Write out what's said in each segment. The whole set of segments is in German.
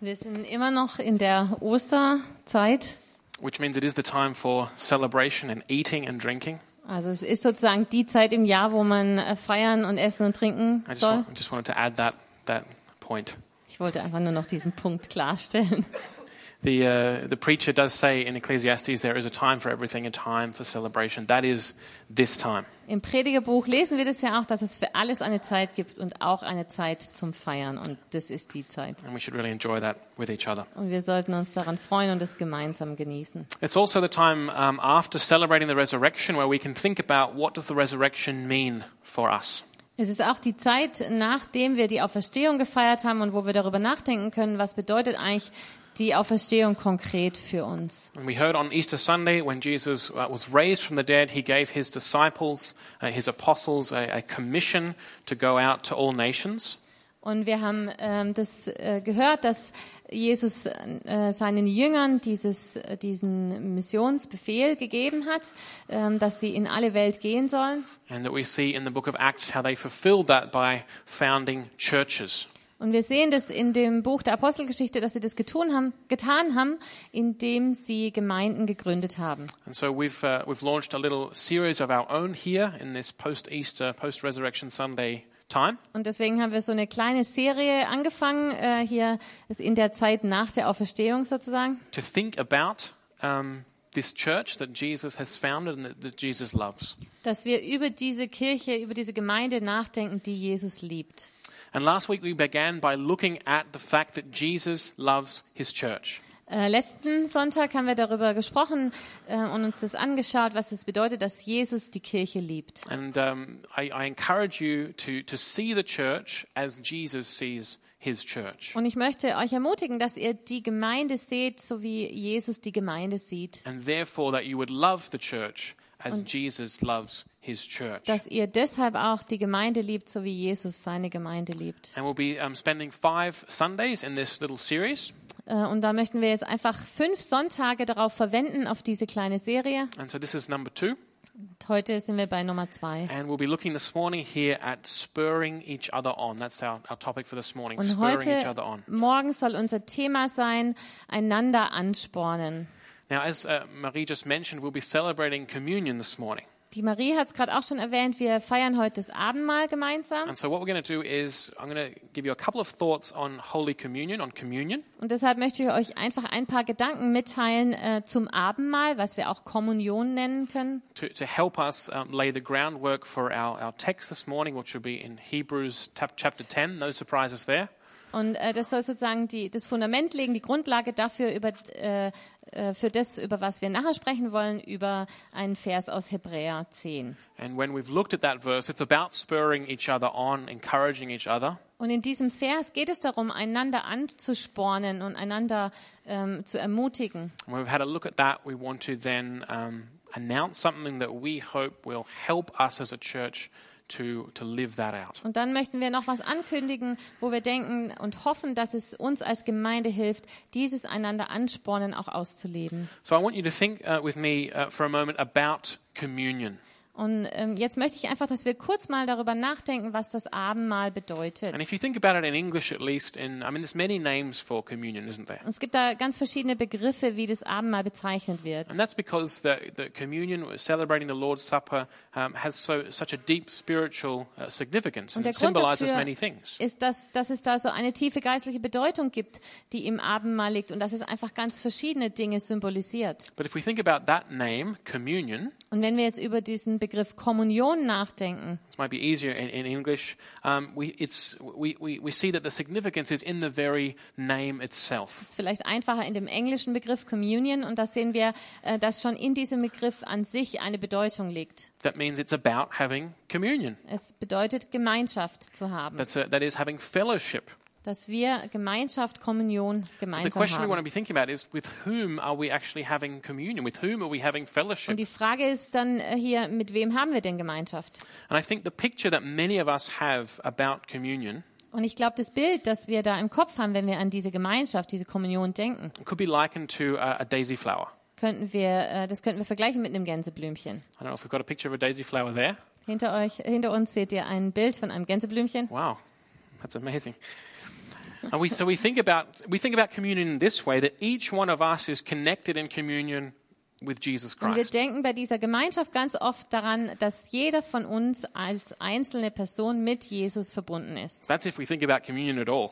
Wir sind immer noch in der Osterzeit. which means it is the time for celebration and eating and drinking. Also es ist sozusagen die Zeit im Jahr, wo man äh, feiern und essen und trinken I just, soll. want, I just wanted to add that that point. Ich wollte einfach nur noch diesen Punkt klarstellen. The uh, the preacher does say in Ecclesiastes there is a time for everything, a time for celebration. That is this time. Im Predigerbuch lesen wir das ja auch, dass es für alles eine Zeit gibt und auch eine Zeit zum Feiern. Und das ist die Zeit. and we should really enjoy that with each other. Und wir sollten uns daran freuen und es gemeinsam genießen. It's also the time um, after celebrating the resurrection where we can think about what does the resurrection mean for us. Es ist auch die Zeit, nachdem wir die Auferstehung gefeiert haben und wo wir darüber nachdenken können, was bedeutet eigentlich die Auferstehung konkret für uns. And we heard on Easter Sunday when Jesus uh, was raised from the dead, he gave his disciples, uh, his apostles, a, a commission to go out to all nations. Und wir haben ähm, das äh, gehört, dass Jesus äh, seinen Jüngern dieses, äh, diesen Missionsbefehl gegeben hat, ähm, dass sie in alle Welt gehen sollen. And that we see in the book of Acts how they fulfilled that by founding churches. Und wir sehen das in dem Buch der Apostelgeschichte, dass sie das getun haben, getan haben, indem sie Gemeinden gegründet haben. And so we've, uh, we've launched a little series of our own here in this post Easter, post resurrection Sunday time. Und deswegen haben wir so eine kleine Serie angefangen, äh, hier ist in der Zeit nach der Auferstehung sozusagen, to think about um, this church that Jesus has founded and that, that Jesus loves. dass wir über diese Kirche, über diese Gemeinde nachdenken, die Jesus liebt. And last week we began by looking at the fact that Jesus loves his church. Äh, letzten Sonntag haben wir darüber gesprochen äh, und uns das angeschaut, was es bedeutet, dass Jesus die Kirche liebt. And um, I, I encourage you to, to see the church as Jesus sees his church. Und ich möchte euch ermutigen, dass ihr die Gemeinde seht, so wie Jesus die Gemeinde sieht. And therefore that you would love the church as Jesus loves his church. Dass ihr deshalb auch die Gemeinde liebt, so wie Jesus seine Gemeinde liebt. And we'll be um, spending five Sundays in this little series. Äh, Und da möchten wir jetzt einfach fünf Sonntage darauf verwenden, auf diese kleine Serie. And so this is number two. Und heute sind wir bei Nummer zwei. And we'll be looking this morning here at spurring each other on. That's our, our topic for this morning, Und spurring each heute other on. Morgen soll unser Thema sein, einander anspornen. Now, as uh, Marie just mentioned, we'll be celebrating communion this morning. Die Marie hat es gerade auch schon erwähnt, wir feiern heute das Abendmahl gemeinsam. And so, what we're going to do is, I'm going to give you a couple of thoughts on Holy Communion, on communion. Und deshalb möchte ich euch einfach ein paar Gedanken mitteilen äh, zum Abendmahl, was wir auch Kommunion nennen können. to, to help us um, lay the groundwork for our, our text this morning, which will be in Hebrews tap, chapter 10. No surprises there. Und äh, das soll sozusagen die, das Fundament legen, die Grundlage dafür, über, äh, äh, für das, über was wir nachher sprechen wollen, über einen Vers aus Hebräer 10. And when we've looked at that verse, it's about spurring each other on, encouraging each other. Und in diesem Vers geht es darum, einander anzuspornen und einander ähm, zu ermutigen. And When we've had a look at that, we want to then um, announce something that we hope will help us as a church to, to live that out. Und dann möchten wir noch was ankündigen, wo wir denken und hoffen, dass es uns als Gemeinde hilft, dieses einander anspornen auch auszuleben. So I want you to think uh, with me uh, for a moment about communion. Und ähm, jetzt möchte ich einfach, dass wir kurz mal darüber nachdenken, was das Abendmahl bedeutet. And if you think about it in English, at least, in I mean, there's many names for communion, isn't there? Und es gibt da ganz verschiedene Begriffe, wie das Abendmahl bezeichnet wird. And that's because the, the communion, celebrating the Lord's Supper, um, has so such a deep spiritual uh, significance and der it Grund symbolizes dafür- many things. Ist, dass, dass es da so eine tiefe geistliche Bedeutung gibt, die im Abendmahl liegt und dass es einfach ganz verschiedene Dinge symbolisiert. But if we think about that name, communion, Und wenn wir jetzt über diesen Begriff Kommunion nachdenken, this might be easier in, in English. Um, we, it's, we, we, we see that the significance is in the very name itself. ist vielleicht einfacher in dem englischen Begriff Communion und da sehen wir, äh, dass schon in diesem Begriff an sich eine Bedeutung liegt. That means it's about having communion. Es bedeutet Gemeinschaft zu haben, That's a, that is having fellowship. dass wir Gemeinschaft, Kommunion The gemeinsam question we want haben. to be thinking about is with whom are we actually having communion? With whom are we having fellowship? Und die Frage ist dann äh, hier, mit wem haben wir denn Gemeinschaft? And I think the picture that many of us have about communion Und ich glaube, das Bild, das wir da im Kopf haben, wenn wir an diese Gemeinschaft, diese Kommunion denken, could be likened to a, a daisy flower. könnten wir, äh, das könnten wir vergleichen mit einem Gänseblümchen. I don't know if we've got a picture of a daisy flower there. Hinter euch, hinter uns seht ihr ein Bild von einem Gänseblümchen. Wow, that's amazing. And we, so we think about we think about communion in this way that each one of us is connected in communion with Jesus Und wir Christ. denken bei dieser Gemeinschaft ganz oft daran, dass jeder von uns als einzelne Person mit Jesus verbunden ist, That's if we think about communion at all,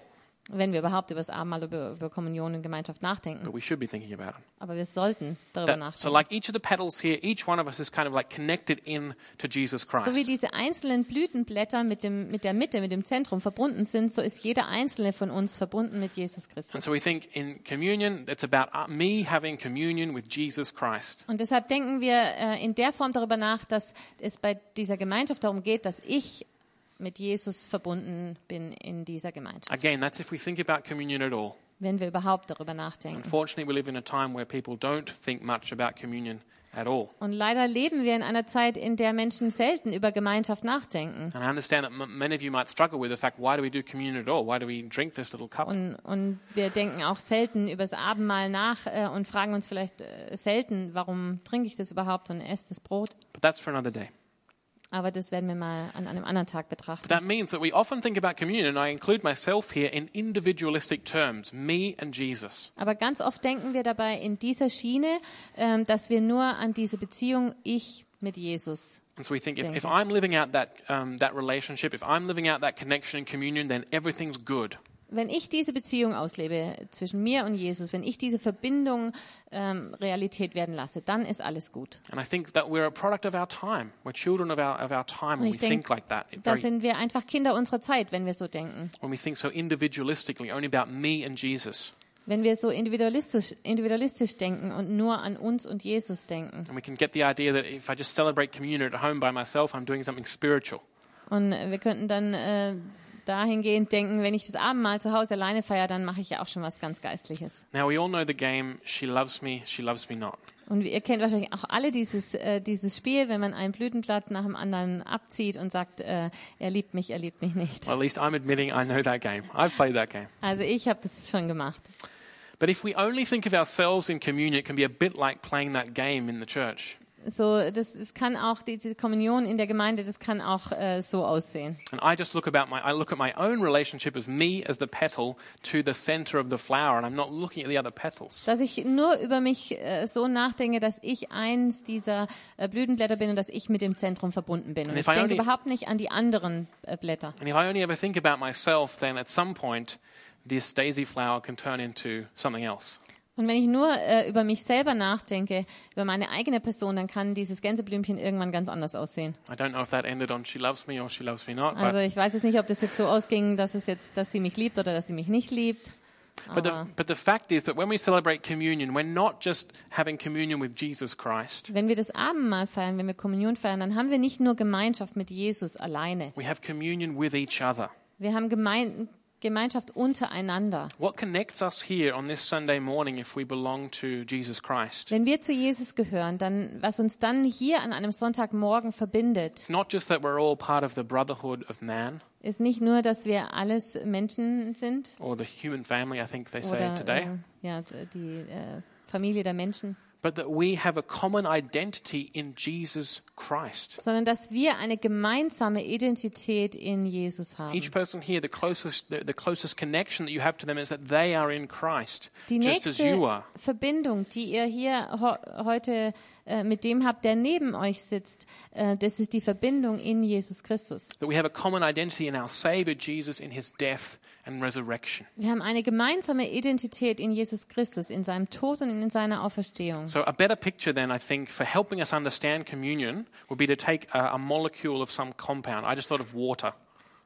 wenn wir überhaupt über das Abendmahl, über, über Kommunion und Gemeinschaft nachdenken. but we should be thinking about it. Aber wir sollten darüber That- so, nachdenken. like each of the petals here, each one of us is kind of like connected in to Jesus So wie Christ. diese einzelnen Blütenblätter mit, dem, mit der Mitte, mit dem Zentrum verbunden sind, so ist jeder einzelne von uns verbunden mit Jesus And Christus. so we think in communion, it's about uh, me having communion with Jesus Christ. Und deshalb denken wir äh, in der Form darüber nach, dass es bei dieser Gemeinschaft darum geht, dass ich mit Jesus verbunden bin in dieser Gemeinschaft, Again, that's if we think about communion at all. wenn wir überhaupt darüber nachdenken. Unfortunately, we live in a time where people don't think much about communion at all. Und leider leben wir in einer Zeit, in der Menschen selten über Gemeinschaft nachdenken. And I understand that m- many of you might struggle with the fact, why do we do communion at all? Why do we drink this little cup? Und, und wir denken auch selten über das Abendmahl nach äh, und fragen uns vielleicht äh, selten, warum trinke ich das überhaupt und esse das Brot. But that's for another day. Aber das werden wir mal an einem anderen Tag betrachten. That means that we often think about communion, and I include myself here, in individualistic terms me and Jesus. Aber ganz oft denken wir dabei in dieser Schiene, ähm, dass wir nur an diese Beziehung ich mit Jesus. And so we think if, Thank if you. I'm living out that, um, that relationship, if I'm living out that connection and communion, then everything's good. Wenn ich diese Beziehung auslebe zwischen mir und Jesus, wenn ich diese Verbindung ähm, Realität werden lasse, dann ist alles gut. And I think that we're a product of our time. We're children of our, of our time Und when ich we think denke, like that. It da very- sind wir einfach Kinder unserer Zeit, wenn wir so denken. when we think so individualistically, only about me and Jesus. Wenn wir so individualistisch, individualistisch denken und nur an uns und Jesus denken. And we can get the idea that if I just celebrate communion at home by myself, I'm doing something spiritual. Und äh, wir könnten dann äh, dahingehend denken, wenn ich das Abendmahl zu Hause alleine feiere, dann mache ich ja auch schon was ganz Geistliches. Now, we all know the game, She Loves Me, She Loves Me Not. Und ihr kennt wahrscheinlich auch alle dieses, äh, dieses Spiel, wenn man ein Blütenblatt nach dem anderen abzieht und sagt, äh, er liebt mich, er liebt mich nicht. Well, at least I'm admitting I know that game. I've played that game. Also ich habe das schon gemacht. But if we only think of ourselves in communion, it can be a bit like playing that game in the church. So, das, das kann auch, die- diese Kommunion in der Gemeinde, das kann auch äh, so aussehen. And I just look about my I look at my own relationship as me as the petal to the center of the flower, and I'm not looking at the other petals. Dass ich nur über mich äh, so nachdenke, dass ich eins dieser äh, Blütenblätter bin und dass ich mit dem Zentrum verbunden bin. Und And ich if I denke only- überhaupt nicht an die anderen äh, Blätter. And if I only ever think about myself, then at some point this daisy flower can turn into something else. Und wenn ich nur äh, über mich selber nachdenke, über meine eigene Person, dann kann dieses Gänseblümchen irgendwann ganz anders aussehen. I don't know if that ended on she loves me or she loves me not, Also but, ich weiß jetzt nicht, ob das jetzt so ausging, dass es jetzt, dass sie mich liebt oder dass sie mich nicht liebt. but, Uh-huh. the, but the fact is that when we celebrate communion, we're not just having communion with Jesus Christ. Wenn wir das Abendmahl feiern, wenn wir Kommunion feiern, dann haben wir nicht nur Gemeinschaft mit Jesus alleine. We have communion with each other. Wir haben Gemein Gemeinschaft untereinander. What connects us here on this Sunday morning if we belong to Jesus Christ? Wenn wir zu Jesus gehören, dann was uns dann hier an einem Sonntagmorgen verbindet, It's not just that we're all part of the brotherhood of man ist nicht nur, dass wir alles Menschen sind or the human family, I think they say oder today, äh, ja die äh, Familie der Menschen, but that we have a common identity in Jesus Christ. sondern dass wir eine gemeinsame Identität in Jesus haben. Each person here, the closest, the, the closest connection that you have to them is that they are in Christ, Die just as you nächste are. Verbindung, die ihr hier ho heute äh, mit dem habt, der neben euch sitzt, äh, das ist die Verbindung in Jesus Christus. That we have a common identity in our Savior Jesus in his death and resurrection. Wir haben eine gemeinsame Identität in Jesus Christus, in seinem Tod und in seiner Auferstehung. So, a better picture, then, I think, for helping us understand communion would be to take a, a molecule of some compound. I just thought of water.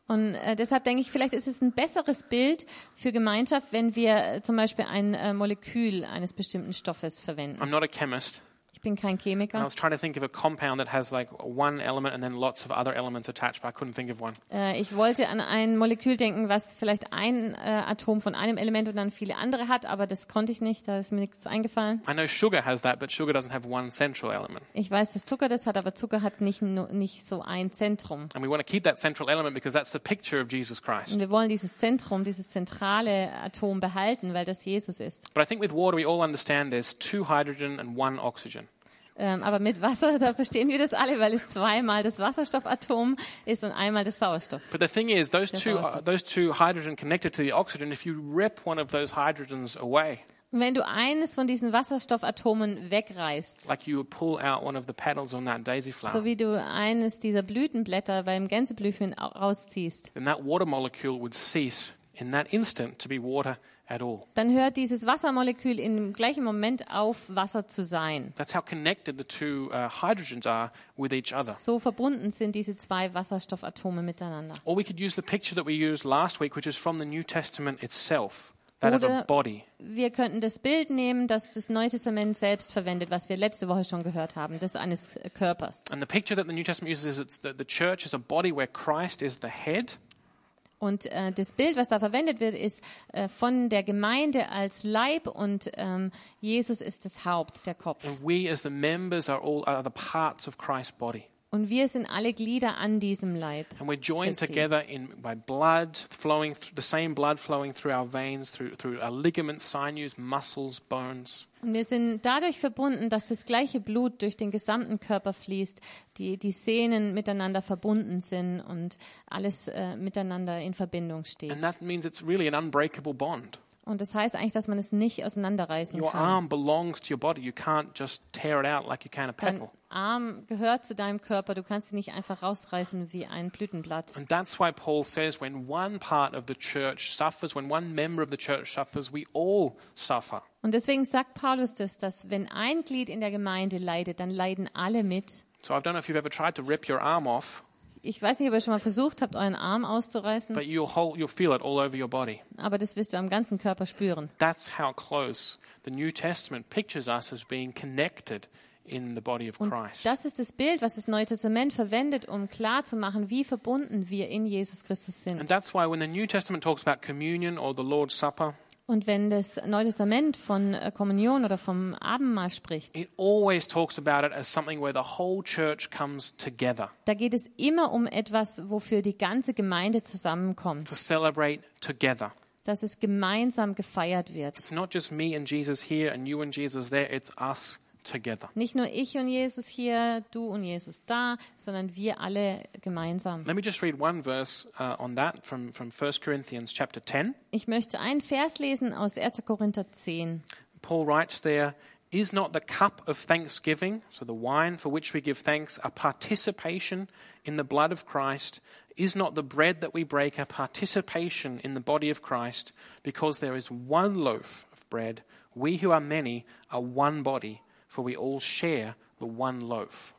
Und äh, deshalb denke ich, vielleicht ist es ein besseres Bild für Gemeinschaft, wenn wir äh, zum Beispiel ein äh, Molekül eines bestimmten Stoffes verwenden. I'm not a chemist. Ich bin kein And I Chemiker. was trying to think of a compound that has like one element and then lots of other elements attached, but I couldn't think of one. Äh, ich wollte an ein Molekül denken, was vielleicht ein äh, Atom von einem Element und dann viele andere hat, aber das konnte ich nicht, da ist mir nichts eingefallen. I know sugar has that, but sugar doesn't have one central element. Ich weiß, dass Zucker das hat, aber Zugar hat nicht, nur- nicht so ein Zentrum. And we want to keep that central element because that's the picture of Jesus Und Christ. wir wollen dieses Zentrum, dieses zentrale Atom behalten, weil das Jesus ist. But I think with water, we all understand there's two hydrogen and one oxygen. Ähm, aber mit Wasser, da verstehen wir das alle, weil es zweimal das Wasserstoffatom ist und einmal das Sauerstoff. But the thing is, those two, uh, Sauerstoff. those two hydrogen connected to the oxygen, if you rip one of those hydrogens away, Und wenn du eines von diesen Wasserstoffatomen wegreißt, like you would pull out one of the petals on that daisy so flower, wie du eines dieser Blütenblätter beim Gänseblümchen au- rausziehst, then that water molecule would cease in that instant to be water at all. dann hört dieses Wassermolekül im gleichen Moment auf, Wasser zu sein. That's how connected the two uh, hydrogens are with each other. So verbunden sind diese zwei Wasserstoffatome miteinander. Or we could use the picture that we used last week, which is from the New Testament itself, that of a Oder- body. Wir könnten das Bild nehmen, das das Neue Testament selbst verwendet, was wir letzte Woche schon gehört haben, das eines Körpers. And the picture that the New Testament uses is it's that the church is a body where Christ is the head, Und äh, das Bild, was da verwendet wird, ist äh, von der Gemeinde als Leib und ähm, Jesus ist das Haupt, der Kopf. and we as the members are all are the parts of Christ's body. Und wir sind alle Glieder an diesem Leib. And we're joined Christi. together in, by blood flowing, th- the same blood flowing through our veins, through, through our ligaments, sinews, muscles, bones. Und wir sind dadurch verbunden, dass das gleiche Blut durch den gesamten Körper fließt, die, die Sehnen miteinander verbunden sind und alles äh, miteinander in Verbindung steht. And that means it's really an unbreakable bond. Und das heißt eigentlich, dass man es nicht auseinanderreißen Your kann. arm belongs to your body. You can't just tear it out like you can a Dein petal. Arm gehört zu deinem Körper, du kannst ihn nicht einfach rausreißen wie ein Blütenblatt. And that's why Paul says when one part of the church suffers, when one member of the church suffers, we all suffer. Und deswegen sagt Paulus das, dass wenn ein Glied in der Gemeinde leidet, dann leiden alle mit. So I don't know if you've ever tried to rip your arm off, Ich weiß nicht, ob ihr schon mal versucht habt, euren Arm auszureißen, but you'll, whole, you'll feel it all over your body. aber das wirst du am ganzen Körper spüren. That's how close the New Testament pictures us as being connected in the body of Christ. Das ist das Bild, was das Neue Testament verwendet, um klarzumachen, wie verbunden wir in Jesus Christus And sind. that's why when the New Testament talks about communion or the Lord's Supper, Und wenn das Neue Testament von äh, Kommunion oder vom Abendmahl spricht, it always talks about it as something where the whole church comes together Da geht es immer um etwas, wofür die ganze Gemeinde to zusammenkommt, celebrate together. dass es gemeinsam gefeiert wird. It's not just me and Jesus here and you and Jesus there, it's us together. Nicht nur ich und Jesus hier, du und Jesus da, sondern wir alle gemeinsam. Let me just read one verse uh, on that from, from 1 Corinthians chapter 10. Ich möchte einen Vers lesen aus 1. Korinther 10. Paul writes there, Is not the cup of thanksgiving, so the wine for which we give thanks, a participation in the blood of Christ? Is not the bread that we break a participation in the body of Christ? Because there is one loaf of bread. We who are many are one body, for we all share the one loaf.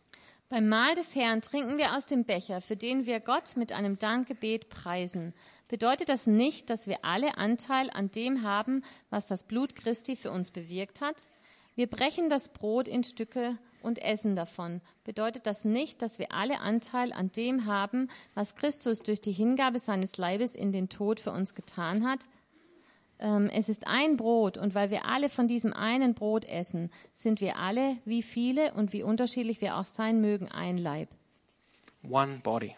Beim Mahl des Herrn trinken wir aus dem Becher, für den wir Gott mit einem Dankgebet preisen. Bedeutet das nicht, dass wir alle Anteil an dem haben, was das Blut Christi für uns bewirkt hat? Wir brechen das Brot in Stücke und essen davon. Bedeutet das nicht, dass wir alle Anteil an dem haben, was Christus durch die Hingabe seines Leibes in den Tod für uns getan hat? Ähm, es ist ein Brot und weil wir alle von diesem einen Brot essen, sind wir alle, wie viele und wie unterschiedlich wir auch sein mögen, ein Leib. One body,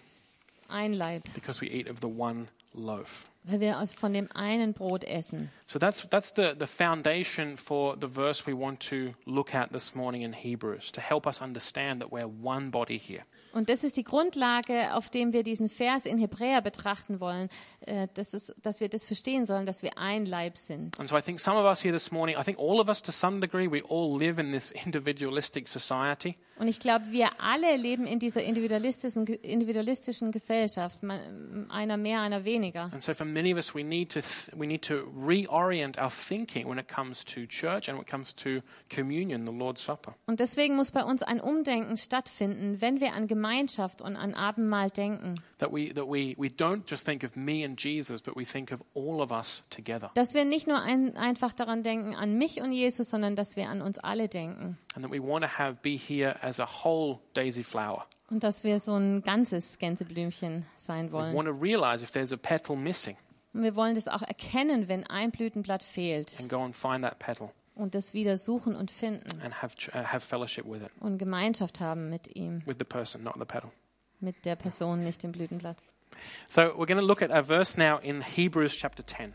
Ein Leib, because we eat of the one loaf. weil wir aus, von dem einen Brot essen. So that's, that's the, the foundation for the verse we want to look at this morning in Hebrews to help us understand that we're one body here. Und das ist die Grundlage, auf dem wir diesen Vers in Hebräer betrachten wollen, äh, dass, es, dass wir das verstehen sollen, dass wir ein Leib sind. And so I think some of us here this morning, I think all of us to some degree, we all live in this individualistic society. Und ich glaube, wir alle leben in dieser individualistischen, individualistischen Gesellschaft, man, einer mehr, einer weniger. And so for many of us, we need to, th- we need to reorient our thinking when it comes to church and when it comes to communion, the Lord's Supper. Und deswegen muss bei uns ein Umdenken stattfinden, wenn wir an Gemeinschaft und an Abendmahl denken. That we, that we, we don't just think of me and Jesus, but we think of all of us together. Dass wir nicht nur ein, einfach daran denken, an mich und Jesus, sondern dass wir an uns alle denken. And that we want to have be here as a whole daisy flower. Und dass wir so ein ganzes Gänseblümchen sein We wollen. want to realize if there's a petal missing Und wir wollen das auch erkennen, wenn ein Blütenblatt fehlt and go and find that petal und das wieder suchen und finden and have, ch- uh, have fellowship with it, und Gemeinschaft haben mit ihm, with the person, not the petal. mit der Person, nicht dem Blütenblatt. So we're going to look at a verse now in Hebrews chapter 10.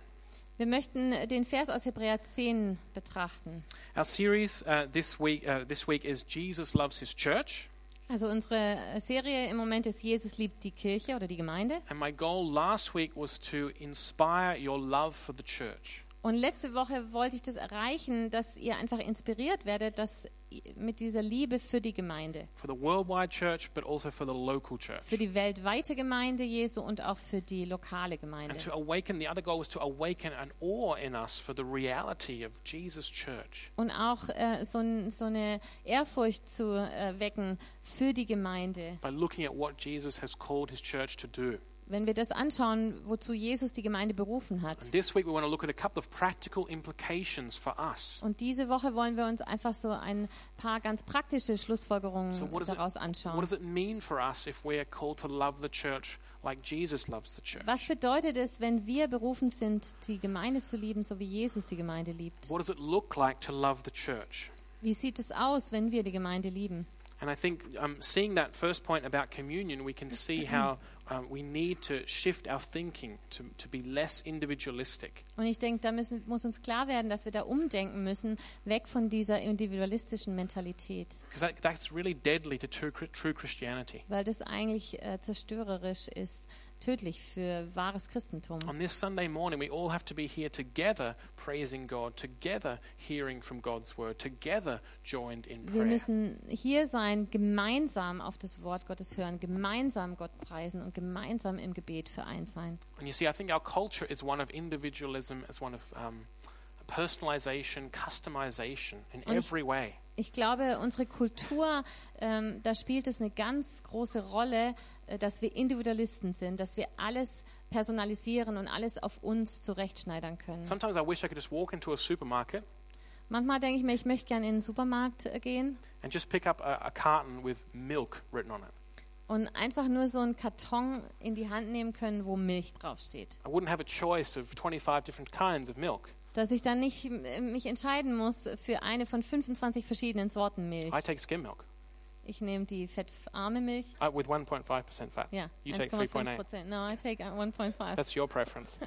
Wir möchten den Vers aus Hebräer 10 betrachten. Our series uh, this, week, uh, this week is Jesus Loves His Church. Also unsere Serie im Moment ist Jesus liebt die Kirche oder die Gemeinde. And my goal last week was to inspire your love for the church. Und letzte Woche wollte ich das erreichen, dass ihr einfach inspiriert werdet, dass i- mit dieser Liebe für die Gemeinde, for the worldwide church, but also for the local church. für die weltweite Gemeinde Jesu und auch für die lokale Gemeinde. And to awaken, the other goal was to awaken an awe in us for the reality of Jesus' church. Und auch äh, so, n- so eine Ehrfurcht zu äh, wecken für die Gemeinde. By looking at what Jesus has called his church to do. Wenn wir das anschauen, wozu Jesus die Gemeinde berufen hat. And this week we want to look at a couple of practical implications for us. Und diese Woche wollen wir uns einfach so ein paar ganz praktische Schlussfolgerungen So what does, it, daraus what anschauen. does it mean for us if we are called to love the church like Jesus loves the church? Was bedeutet es, wenn wir berufen sind, die Gemeinde zu lieben, so wie Jesus die Gemeinde liebt? What does it look like to love the church? Wie sieht es aus, wenn wir die Gemeinde lieben? And I think um, seeing that first point about communion, we can see how um, we need to shift our thinking to, to be less individualistic. Und ich denke, da müssen, muss uns klar werden, dass wir da umdenken müssen, weg von dieser individualistischen Mentalität, Because that, that's really deadly to true, Chri- true Christianity. weil das eigentlich äh, zerstörerisch ist, tödlich für wahres Christentum. On this Sunday morning, we all have to be here together praising God, together hearing from God's word, together joined in Wir prayer. müssen hier sein, gemeinsam auf das Wort Gottes hören, gemeinsam Gott preisen und gemeinsam im Gebet vereint sein. And you see, I think our culture is one of individualism, is one of um, personalization, customization in Und ich- every way. Ich glaube, unsere Kultur, ähm, da spielt es eine ganz große Rolle, äh, dass wir Individualisten sind, dass wir alles personalisieren und alles auf uns zurechtschneidern können. Sometimes I wish I could just walk into a supermarket Manchmal denke ich mir, ich möchte gerne in den Supermarkt äh, gehen and just pick up a, a carton with milk written on it. und einfach nur so einen Karton in die Hand nehmen können, wo Milch draufsteht. I wouldn't have a choice of 25 different kinds of milk. Dass ich dann nicht äh, mich entscheiden muss für eine von 25 verschiedenen Sorten Milch. I take skim milk Ich nehme die fettarme Milch. uh, with 1.5% fat. Ja, You take 3.8. Prozent. No, I take uh, 1.5. That's your preference.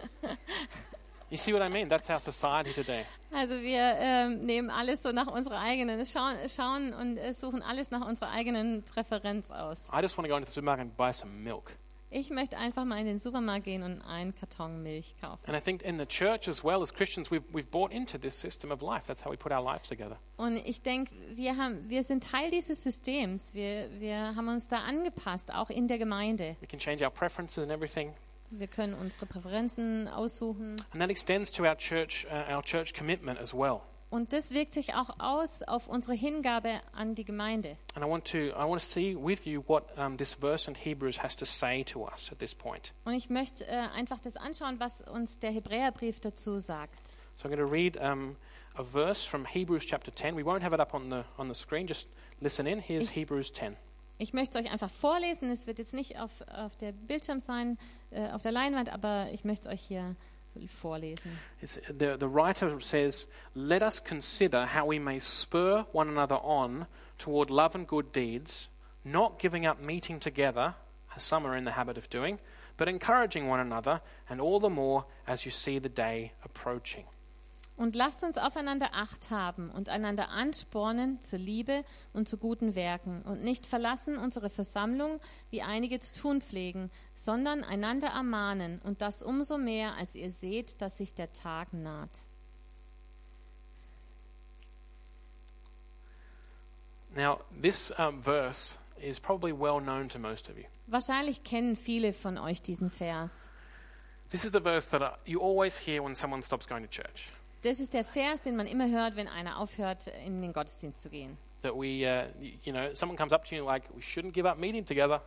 you see what I mean? That's our society today. Also wir ähm, nehmen alles so nach unserer eigenen, schauen, schauen und äh, suchen alles nach unserer eigenen Präferenz aus. I just want to go into the supermarket and buy some milk. Ich möchte einfach mal in den Supermarkt gehen und einen Karton Milch kaufen. And I think in the church as well as Christians, we've, we've bought into this system of life. That's how we put our lives together. Und ich denke, wir, haben- wir sind Teil dieses Systems. Wir, wir haben uns da angepasst, auch in der Gemeinde. We can change our preferences and everything. Wir können unsere Präferenzen aussuchen. And that extends to our church, uh, our church commitment as well. Und das wirkt sich auch aus auf unsere Hingabe an die Gemeinde. And I want to, I want to see with you what um, this verse in Hebrews has to say to us at this point. Und ich möchte äh, einfach das anschauen, was uns der Hebräerbrief dazu sagt. So I'm going to read um, a verse from Hebrews chapter 10. We won't have it up on the, on the screen, just listen in. Here's Ich- Hebrews 10. Ich möchte es euch einfach vorlesen. Es wird jetzt nicht auf, auf der Bildschirm sein, äh, auf der Leinwand, aber ich möchte es euch hier vorlesen. It's, the, the writer says, Let us consider how we may spur one another on toward love and good deeds, not giving up meeting together, as some are in the habit of doing, but encouraging one another, and all the more as you see the day approaching. Und lasst uns aufeinander Acht haben und einander anspornen zur Liebe und zu guten Werken und nicht verlassen unsere Versammlung, wie einige zu tun pflegen, sondern einander ermahnen und das umso mehr, als ihr seht, dass sich der Tag naht. Now, this um, verse is probably well known to most of you. Wahrscheinlich kennen viele von euch diesen Vers. This is the verse that uh, you always hear when someone stops going to church. Das ist der Vers, den man immer hört, wenn einer aufhört, in den Gottesdienst zu gehen. That we, uh, y- you know, someone comes up to you like, we shouldn't give up meeting together.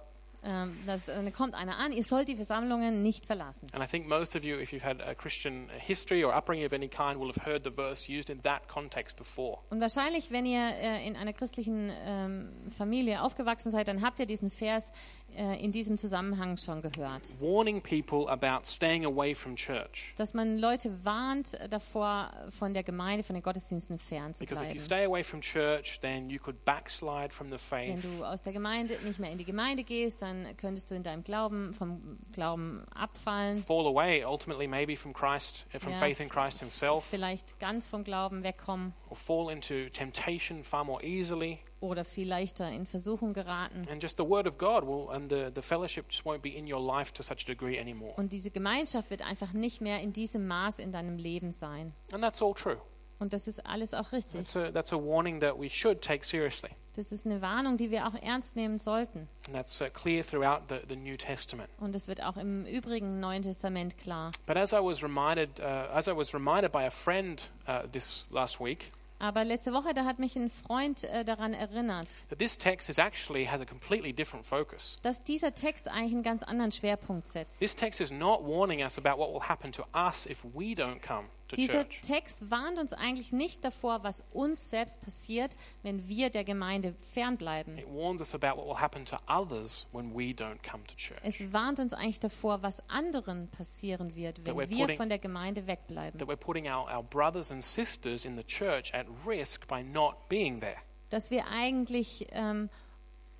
Ähm, das, dann kommt einer an, ihr sollt die Versammlungen nicht verlassen. And I think most of you, if you've had a Christian history or upbringing of any kind, will have heard the verse used in that context before. Und wahrscheinlich, wenn ihr äh, in einer christlichen ähm, Familie aufgewachsen seid, dann habt ihr diesen Vers äh, in diesem Zusammenhang schon gehört. Warning people about staying away from church. Dass man Leute warnt äh, davor, von der Gemeinde, von den Gottesdiensten Because if you fernzubleiben. stay away from church, then you could backslide from the Wenn faith. du aus der Gemeinde nicht mehr in die Gemeinde gehst, dann dann könntest du in deinem Glauben, vom Glauben abfallen, fall away ultimately maybe from Christ, uh, from Yeah. faith in Christ himself, vielleicht ganz vom Glauben wegkommen or fall into temptation far more easily. oder viel leichter in Versuchung geraten. And just the word of God will, and the, the fellowship just won't be in your life to such a degree anymore. Und diese Gemeinschaft wird einfach nicht mehr in diesem Maß in deinem Leben sein. And that's all true. Und das ist alles auch richtig. That's a, that's a warning that we should take seriously. Das ist eine Warnung, die wir auch ernst nehmen sollten. And that's uh, clear throughout the, the New Testament. Und das wird auch im übrigen Neuen Testament klar. But as I was reminded, uh, as I was reminded by a friend uh, this last week, Aber letzte Woche, da hat mich ein Freund äh, daran erinnert, that this text is actually has a completely different focus. dass dieser Text eigentlich einen ganz anderen Schwerpunkt setzt. This text is not warning us about what will happen to us if we don't come to Dieser church. Text warnt uns eigentlich nicht davor, was uns selbst passiert, wenn wir der Gemeinde fernbleiben. It warns us about what will happen to others when we don't come to church. Es warnt uns eigentlich davor, was anderen passieren wird, That we're wenn wir putting- von der Gemeinde wegbleiben. That we're putting our, our brothers and sisters in the church at risk by not being there. Dass wir eigentlich ähm,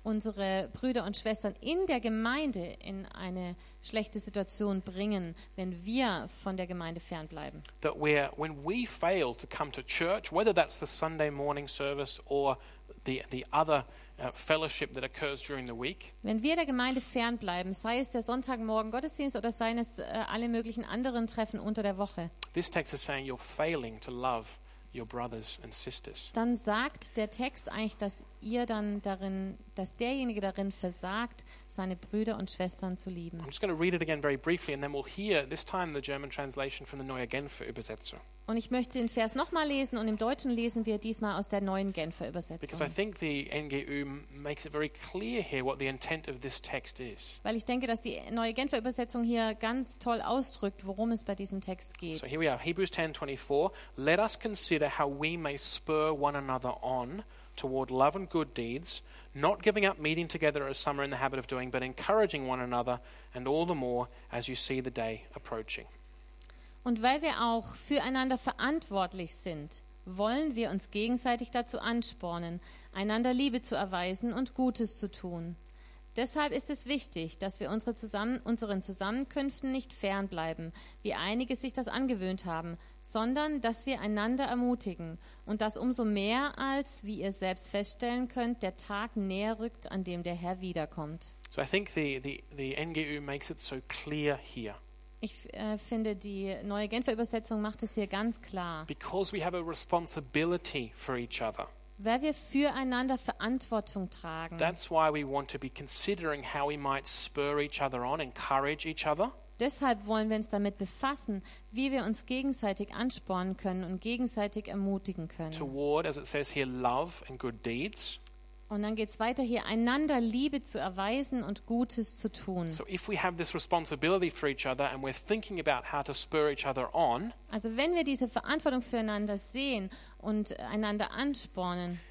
unsere Brüder und Schwestern in der Gemeinde in eine schlechte Situation bringen, wenn wir von der Gemeinde fernbleiben. That we're, when we fail to come to church, whether that's the Sunday morning service or the, the other uh, fellowship that occurs during the week, Wenn wir der Gemeinde fernbleiben, sei es der Sonntagmorgen Gottesdienst oder seien es äh, alle möglichen anderen Treffen unter der Woche, this text is saying you're failing to love your brothers and sisters. dann sagt der Text eigentlich, dass ihr dann darin, dass derjenige darin versagt, seine Brüder und Schwestern zu lieben. I'm just going to read it again very briefly, and then we'll hear this time the German translation from the Neue Genfer Übersetzung. Und ich möchte den Vers nochmal lesen und im Deutschen lesen wir diesmal aus der neuen Genfer Because I Übersetzung. think the NGU m- makes it very clear here what the intent of this text is. Weil ich denke, dass die neue Genfer Übersetzung hier ganz toll ausdrückt, worum es bei diesem Text geht. So here we are, Hebrews 10:24. Let us consider how we may spur one another on toward love and good deeds, not giving up meeting together as some are in the habit of doing, but encouraging one another, and all the more as you see the day approaching. Und weil wir auch füreinander verantwortlich sind, wollen wir uns gegenseitig dazu anspornen, einander Liebe zu erweisen und Gutes zu tun. Deshalb ist es wichtig, dass wir unsere zusammen, unseren Zusammenkünften nicht fernbleiben, wie einige sich das angewöhnt haben, sondern dass wir einander ermutigen und das umso mehr als, wie ihr selbst feststellen könnt, der Tag näher rückt, an dem der Herr wiederkommt. So I think the, the, the NGU makes it so clear here. Ich äh, finde, die neue Genfer Übersetzung macht es hier ganz klar. Because we have a responsibility for each other. Weil wir füreinander Verantwortung tragen. That's why we want to be considering how we might spur each other on, encourage each other, Deshalb wollen wir uns damit befassen, wie wir uns gegenseitig anspornen können und gegenseitig ermutigen können. toward, as it says here, love and good deeds. Und dann geht es weiter hier, einander Liebe zu erweisen und Gutes zu tun. So if we have this responsibility for each other and we're thinking about how to spur each other on, Also wenn wir diese Verantwortung füreinander sehen und einander anspornen,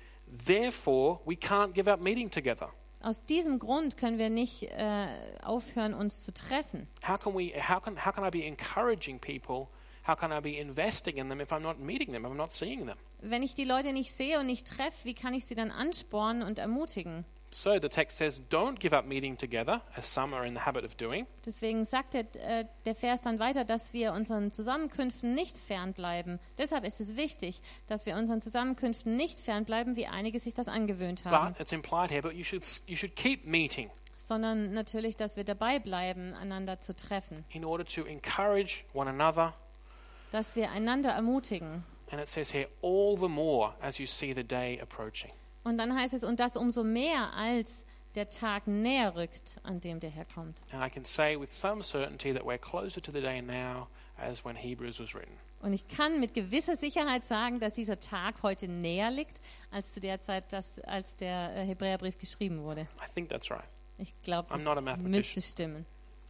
therefore we can't give up meeting together. aus diesem Grund können wir nicht äh, aufhören, uns zu treffen. How can we how can how can I be encouraging people? How can I be investing in them if I'm not meeting them, if I'm not seeing them? Wenn ich die Leute nicht sehe und nicht treffe, wie kann ich sie dann anspornen und ermutigen? So the text says, don't give up meeting together, as some are in the habit of doing. Deswegen sagt der, äh, der Vers dann weiter, dass wir unseren Zusammenkünften nicht fernbleiben. Deshalb ist es wichtig, dass wir unseren Zusammenkünften nicht fernbleiben, wie einige sich das angewöhnt haben, But it's implied here, but you should you should keep meeting sondern natürlich, dass wir dabei bleiben, einander zu treffen, in order to encourage one another. dass wir einander ermutigen. And it says here, all the more as you see the day approaching. Und dann heißt es, und das umso mehr, als der Tag näher rückt, an dem der Herr kommt. And I can say with some certainty that we're closer to the day now as when Hebrews was written. Und ich kann mit gewisser Sicherheit sagen, dass dieser Tag heute näher liegt, als zu der Zeit, dass, als der äh, Hebräerbrief geschrieben wurde. I think that's right. Ich glaube, I'm not a das mathematician. müsste stimmen.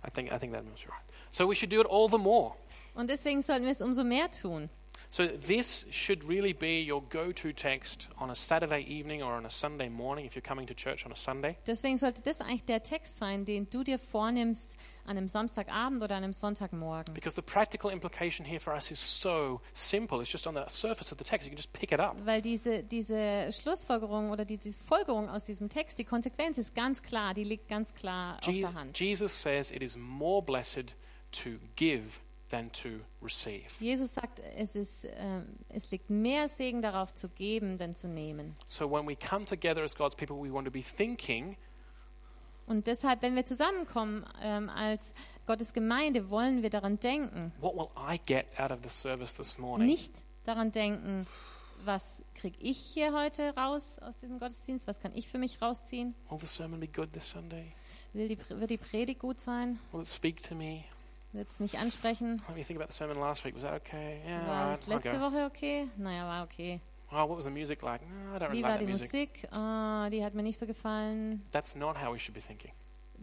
I think I think that must be right. So we should do it all the more. Und deswegen sollten wir es umso mehr tun. So, this should really be your go to text on a Saturday evening or on a Sunday morning if you're coming to church on a Sunday. Deswegen sollte das eigentlich der Text sein, den du dir vornimmst an einem Samstagabend oder an einem Sonntagmorgen. Because the practical implication here for us is so simple. It's just on the surface of the text. You can just pick it up. Weil diese, diese Schlussfolgerung oder die, die Folgerung aus diesem Text, die Konsequenz ist ganz klar, die liegt ganz klar auf Je- der Hand. Jesus says it is more blessed to give than to receive. Jesus sagt, es, ist, ähm, es liegt mehr Segen darauf zu geben, denn zu nehmen. So, when we come together as God's people, we want to be thinking Und deshalb, wenn wir zusammenkommen ähm, als Gottes Gemeinde, wollen wir daran denken, what will I get out of the service this morning? nicht daran denken, was kriege ich hier heute raus aus diesem Gottesdienst, was kann ich für mich rausziehen, Will the sermon be good this Sunday? Will die, wird die Predigt gut sein, Will it speak to me? wird es mich ansprechen, Let me think about the sermon last week. Was that okay? Yeah, all war right. es I'll letzte go. Woche okay? Naja, war okay. Oh, what was the music like? No, I don't really Wie war like die that music. Musik? Ah, die hat mir nicht so gefallen. That's not how we should be thinking.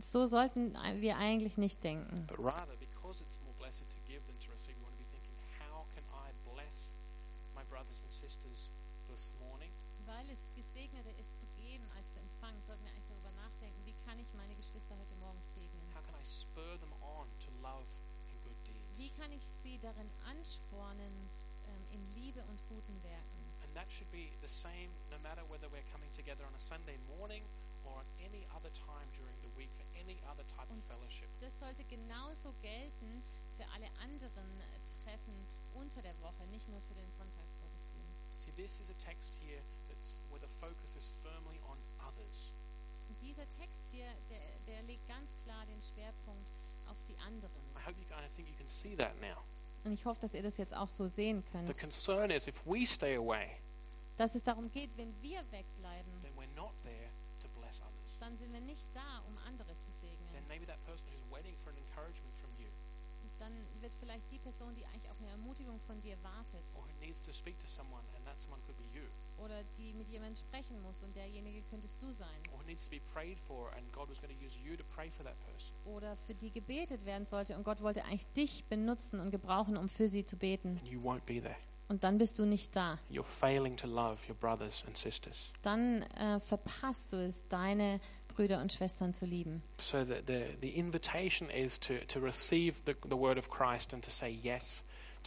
So sollten wir eigentlich nicht denken. But rather, because it's more blessed to give than to receive, we want to be thinking, how can I bless my brothers and sisters this morning? Weil es gesegneter ist zu geben als zu empfangen, sollten wir eigentlich darüber nachdenken, wie kann ich meine Geschwister heute Morgen segnen? How can I spur them on to love and good deeds? Wie kann ich sie darin anspornen, ähm, in Liebe und guten Werken? And that should be the same no matter whether we're coming together on a Sunday morning or at any other time during the week for any other type of fellowship. Das sollte genauso gelten für alle anderen äh, Treffen unter der Woche, nicht nur für den Sonntagsgottesdienst. See, this is a text here that's where the focus is firmly on others. Und dieser Text hier, der, der legt ganz klar den Schwerpunkt auf die anderen. I hope you kind of think you can see that now. Und ich hoffe, dass ihr das jetzt auch so sehen The könnt, concern is if we stay away, dass es darum geht, wenn wir wegbleiben, then we're not there to bless others. dann sind wir nicht da, um andere zu segnen. Then maybe that person who's waiting for an encouragement from you dann wird vielleicht die Person, die eigentlich auf eine Ermutigung von dir wartet or who needs to speak to someone, and that someone could be you, oder die mit jemandem sprechen muss und derjenige könntest du sein or who needs to be prayed for, and God was going to use you to pray for that person. oder für die gebetet werden sollte und Gott wollte eigentlich dich benutzen und gebrauchen, um für sie zu beten And you won't be there. und dann bist du nicht da. You're failing to love your brothers and sisters. Dann äh, verpasst du es, deine Brüder und Schwestern zu lieben. So the, the, the invitation is to, to receive the, the word of Christ and to say yes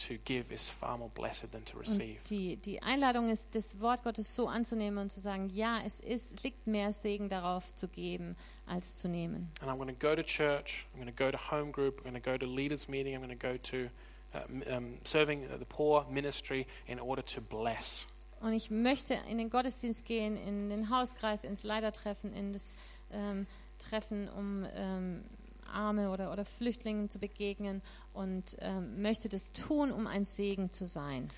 to give is far more blessed than to Und receive. die, die Einladung ist, das Wort Gottes so anzunehmen und zu sagen, ja, es ist, es liegt mehr Segen darauf zu geben, als zu nehmen. And I'm going to go to church, I'm going to go to home group, I'm going to go to leaders' meeting, I'm going to go to uh, m- um, serving the poor ministry in order to bless. Und ich möchte in den Gottesdienst gehen, in den Hauskreis, ins Leitertreffen, in das ähm, Treffen, um ähm, Arme oder, oder Flüchtlingen zu begegnen und ähm, möchte das tun, um ein Segen zu sein.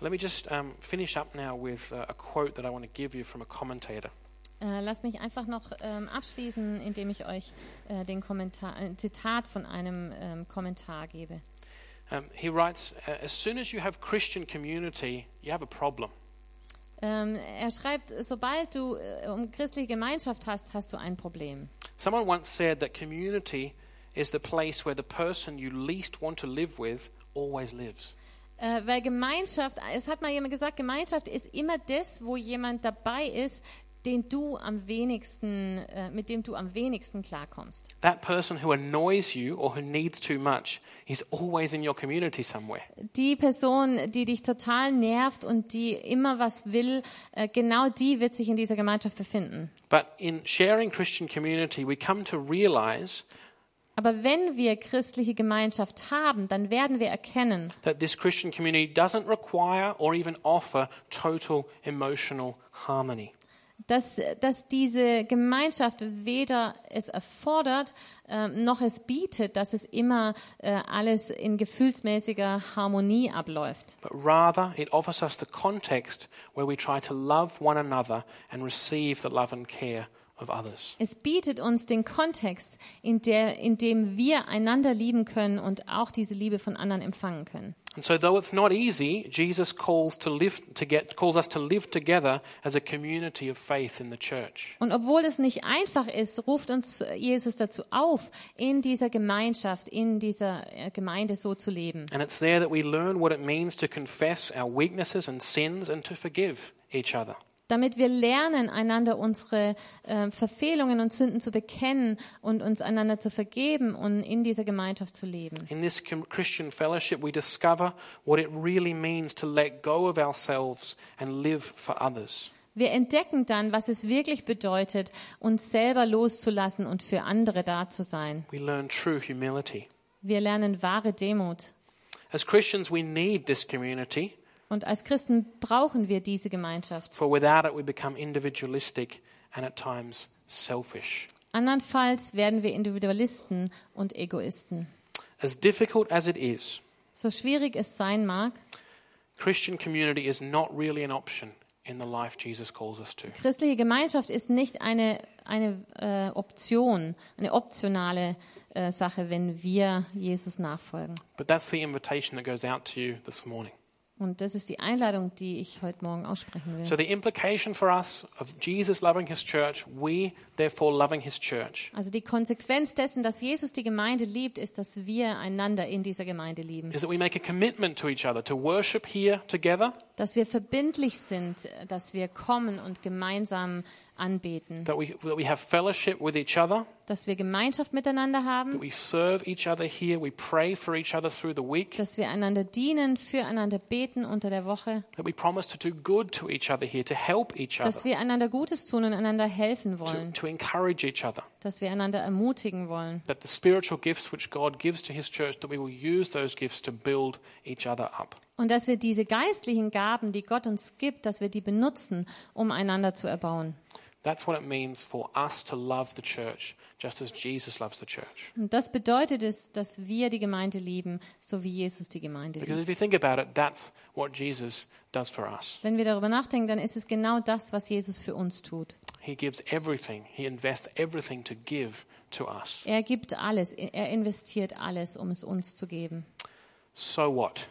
Let me just um, finish up now with uh, a quote that I want to give you from a commentator. Äh, lasst mich einfach noch ähm, abschließen, indem ich euch äh, den Kommentar, ein Zitat von einem ähm, Kommentar gebe. Um, he writes, uh, As soon as you have Christian community, you have a problem. Ähm, er schreibt, sobald du äh, um christliche Gemeinschaft hast, hast du ein Problem. Someone once said that community is the place where the person you least want to live with always lives. Äh, weil Gemeinschaft, es hat mal jemand gesagt, Gemeinschaft ist immer das, wo jemand dabei ist, den du am wenigsten, äh, mit dem du am wenigsten klarkommst. That person who annoys you or who needs too much is always in your community somewhere. Die Person, die dich total nervt und die immer was will, äh, genau die wird sich in dieser Gemeinschaft befinden. But in sharing Christian community, we come to realize Aber wenn wir christliche Gemeinschaft haben, dann werden wir erkennen, that this Christian community doesn't require or even offer total emotional harmony. dass, dass diese Gemeinschaft weder es erfordert, ähm, noch es bietet, dass es immer äh, alles in gefühlsmäßiger Harmonie abläuft, But rather, it offers us the context where we try to love one another and receive the love and care of others. es bietet uns den Kontext, in, der, in dem wir einander lieben können und auch diese Liebe von anderen empfangen können. And so though it's not easy, Jesus calls to live to get calls us to live together as a community of faith in the church. Und obwohl es nicht einfach ist, ruft uns Jesus dazu auf, in dieser Gemeinschaft, in dieser äh, Gemeinde so zu leben. And it's there that we learn what it means to confess our weaknesses and sins and to forgive each other. Damit wir lernen, einander unsere äh, Verfehlungen und Sünden zu bekennen und uns einander zu vergeben und in dieser Gemeinschaft zu leben. In this com- Christian fellowship, we discover what it really means to let go of ourselves and live for others. Wir entdecken dann, was es wirklich bedeutet, uns selber loszulassen und für andere da zu sein. We learn true humility. Wir lernen wahre Demut. As Christians, we need this community, Und als Christen brauchen wir diese Gemeinschaft. for without it, we become individualistic and at times selfish. Andernfalls werden wir Individualisten und Egoisten. As difficult as it is, So schwierig es sein mag, Christian community is not really an option in the life Jesus calls us to. christliche Gemeinschaft ist nicht eine, eine äh, Option, eine optionale äh, Sache, wenn wir Jesus nachfolgen. But that's the invitation that goes out to you this morning. Und das ist die Einladung, die ich heute Morgen aussprechen will. So, the implication for us of Jesus loving his church, we therefore loving his church, Also die Konsequenz dessen, dass Jesus die Gemeinde liebt, ist, dass wir einander in dieser Gemeinde lieben. is that we make a commitment to each other to worship here together, Dass wir verbindlich sind, dass wir kommen und gemeinsam anbeten. that we, that we have fellowship with each other, Dass wir Gemeinschaft miteinander that haben. we serve each other here, we pray for each other through the week, Dass wir einander dienen, füreinander beten unter der Woche. that we promise to do good to each other here, to help each other, Dass wir einander Gutes tun und einander helfen to, wollen. to encourage each other, Dass wir einander ermutigen wollen. that the spiritual gifts which God gives to his church, that we will use those gifts to build each other up. Und dass wir diese geistlichen Gaben, die Gott uns gibt, dass wir die benutzen, um einander zu erbauen. That's what it means for us to love the church just as Jesus loves the church. Und das bedeutet es, dass wir die Gemeinde lieben, so wie Jesus die Gemeinde Because if you liebt. think about it, that's what Jesus does for us. Wenn wir darüber nachdenken, dann ist es genau das, was Jesus für uns tut. He gives everything, He invests everything to give to us. Er gibt alles, er investiert alles, um es uns zu geben. So what?